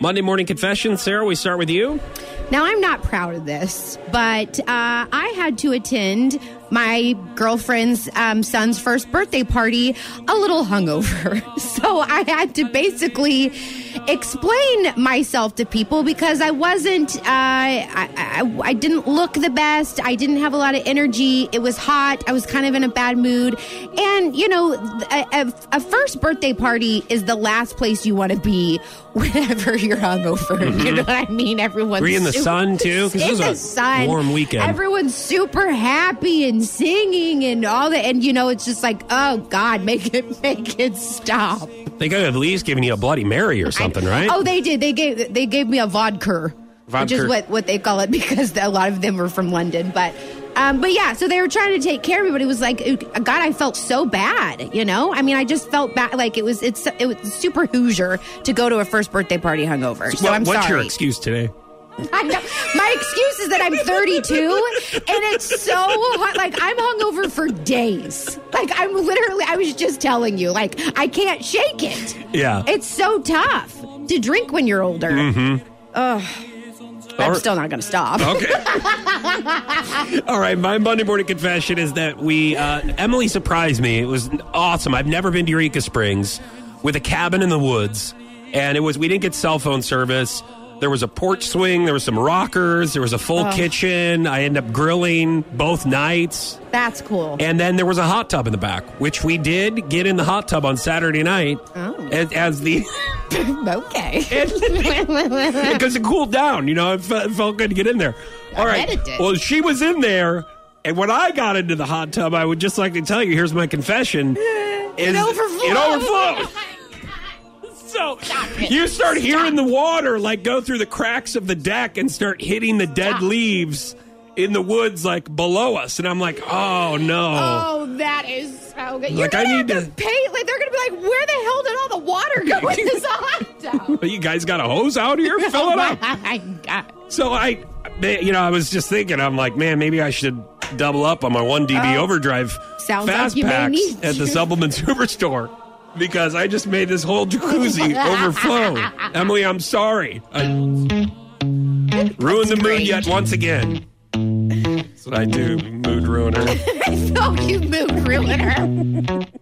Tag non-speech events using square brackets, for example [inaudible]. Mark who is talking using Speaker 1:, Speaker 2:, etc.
Speaker 1: Monday Morning Confession. Sarah, we start with you.
Speaker 2: Now, I'm not proud of this, but uh, I had to attend my girlfriend's um, son's first birthday party a little hungover. [laughs] So I had to basically explain myself to people because I wasn't, uh, I, I, I didn't look the best. I didn't have a lot of energy. It was hot. I was kind of in a bad mood. And, you know, a, a, a first birthday party is the last place you want to be [laughs] whenever you're hungover. [laughs] You know what I mean? Everyone's
Speaker 1: Were you in the
Speaker 2: super-
Speaker 1: sun, too? 'Cause
Speaker 2: In
Speaker 1: it was
Speaker 2: the
Speaker 1: a
Speaker 2: sun.
Speaker 1: warm weekend.
Speaker 2: Everyone's super happy and singing and all that. And you know, it's just like, oh God, [laughs] make it make it stop.
Speaker 1: They could have at least given you a Bloody Mary or something, right?
Speaker 2: Oh, they did. They gave they gave me a vodka, which
Speaker 1: Vodka.
Speaker 2: is what what they call it [laughs] because a lot of them were from London. But um, but yeah, so they were trying to take care of me, but it was like, God, I felt so bad. You know, I mean, I just felt bad. Like it was it's it was super Hoosier to go to a first birthday party hungover. So
Speaker 1: What-
Speaker 2: I'm
Speaker 1: what's
Speaker 2: sorry.
Speaker 1: your excuse today?
Speaker 2: I know. My excuse is that I'm 32 and it's so hot. Like, I'm hungover for days. Like, I'm literally, I was just telling you, like, I can't shake it.
Speaker 1: Yeah. Mm-hmm.
Speaker 2: It's so tough to drink when you're older. I'm still not going to stop.
Speaker 1: Okay.
Speaker 2: [laughs]
Speaker 1: All right. My Monday morning confession is that we uh, Emily surprised me. It was awesome. I've never been to Eureka Springs with a cabin in the woods, and it was we didn't get cell phone service. There was a porch swing. There was some rockers. There was a
Speaker 2: Oh.
Speaker 1: full kitchen. I ended up grilling both nights,
Speaker 2: That's cool.
Speaker 1: and then there was a hot tub in the back, which we did get in the hot tub on Saturday night
Speaker 2: Oh.
Speaker 1: as, as
Speaker 2: [laughs]
Speaker 1: the [laughs]
Speaker 2: okay.
Speaker 1: because it cooled down. You know, it, fe- it felt good to get in there. All right.
Speaker 2: bet it did.
Speaker 1: Well, she was in there, and when I got into the hot tub, I would just like to tell you. Here's my confession:
Speaker 2: [laughs]
Speaker 1: is-
Speaker 2: overflowed.
Speaker 1: It overflowed.
Speaker 2: [laughs]
Speaker 1: So you start hearing the water like go through the cracks of the deck and start hitting the dead leaves in the woods like below us, and I'm like, oh no.
Speaker 2: Oh, that is so good. You're
Speaker 1: Like, I
Speaker 2: going to have
Speaker 1: need
Speaker 2: to
Speaker 1: to-
Speaker 2: pay. Like, they're going to be like, where the hell did all the water go in this hot tub?
Speaker 1: You guys got a hose out
Speaker 2: [laughs]
Speaker 1: here? [laughs] Fill it up.
Speaker 2: Oh My God. [laughs]
Speaker 1: So I, you know, I was just thinking, I'm like, man, maybe I should double up on my one DB
Speaker 2: Oh.
Speaker 1: overdrive
Speaker 2: Sounds like
Speaker 1: fast
Speaker 2: you may
Speaker 1: packs
Speaker 2: need
Speaker 1: at the
Speaker 2: to. [laughs]
Speaker 1: supplement superstore because I just made this whole jacuzzi overflow. Emily, I'm sorry. I ruined the mood
Speaker 2: great.
Speaker 1: yet once again. That's what I do, mood ruiner.
Speaker 2: I thought you moved ruiner.